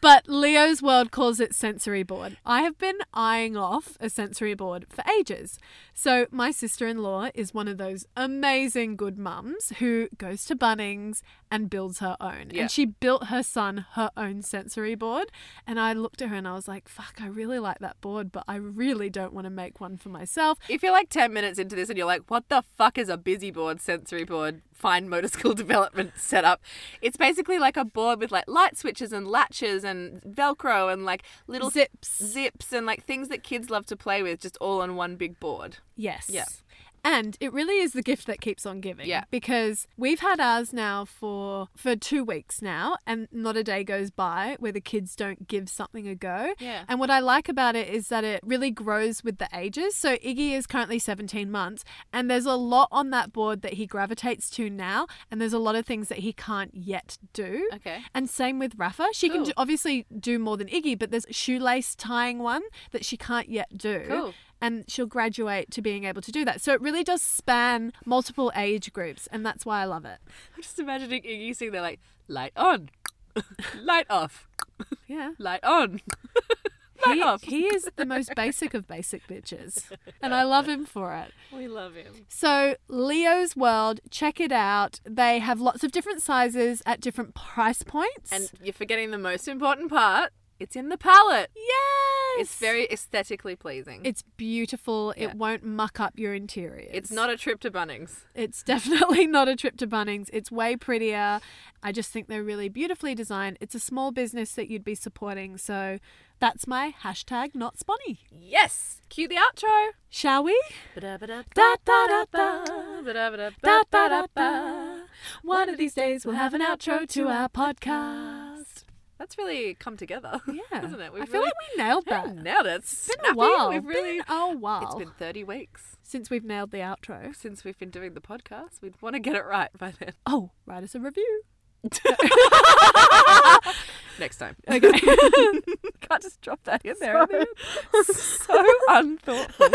but leo's world calls it sensory board i have been eyeing off a sensory board for ages so my sister-in-law is one of those amazing good mums who goes to bunnings and builds her own
Yeah.
and she built her son her own sensory board and i looked at her and i was like fuck i really like that board but i really don't want to make one for myself
If you're like 10 minutes into this and you're like, what the fuck is a busy board, sensory board, fine motor skill development setup? It's basically like a board with like light switches and latches and Velcro and like little
Zips.
zips and like things that kids love to play with just all on one big board.
Yes.
Yeah.
And it really is the gift that keeps on giving.
Yeah.
Because we've had ours now for for two weeks now, and not a day goes by where the kids don't give something a go.
Yeah.
And what I like about it is that it really grows with the ages. So Iggy is currently 17 months, and there's a lot on that board that he gravitates to now, and there's a lot of things that he can't yet do.
Okay.
And same with Rafa. She can
Cool.
do, obviously do more than Iggy, but there's shoelace tying one that she can't yet do
Cool.
and she'll graduate to being able to do that. So it really does span multiple age groups, and that's why I love it.
I'm just imagining Iggy sitting there like, light on, light off,
Yeah.
light on.
He,
off.
he is the most basic of basic bitches, and I love him for it.
We love him.
So, Leo's World, check it out. They have lots of different sizes at different price points.
And you're forgetting the most important part it's in the palette.
yes!
It's very aesthetically pleasing.
It's beautiful.
Yeah.
It won't muck up your interiors.
It's not a trip to Bunnings.
It's definitely not a trip to Bunnings. It's way prettier. I just think they're really beautifully designed. It's a small business that you'd be supporting. So that's my hashtag not sponny.
Yes. Cue the outro.
Shall we?
Da da da da.
Da, da, da, da. One of these days we'll have an outro to our podcast.
That's really come together.
Yeah.
Isn't it?
I feel like we nailed that.
we now that's
It's been a while.
We've really
been a while
It's been 30 weeks
since we've nailed the outro.
since we've been doing the podcast. We'd want to get it right by then.
Oh, write us a review.
Next time.
Okay.
Can't just drop that in there. So, so unthoughtful.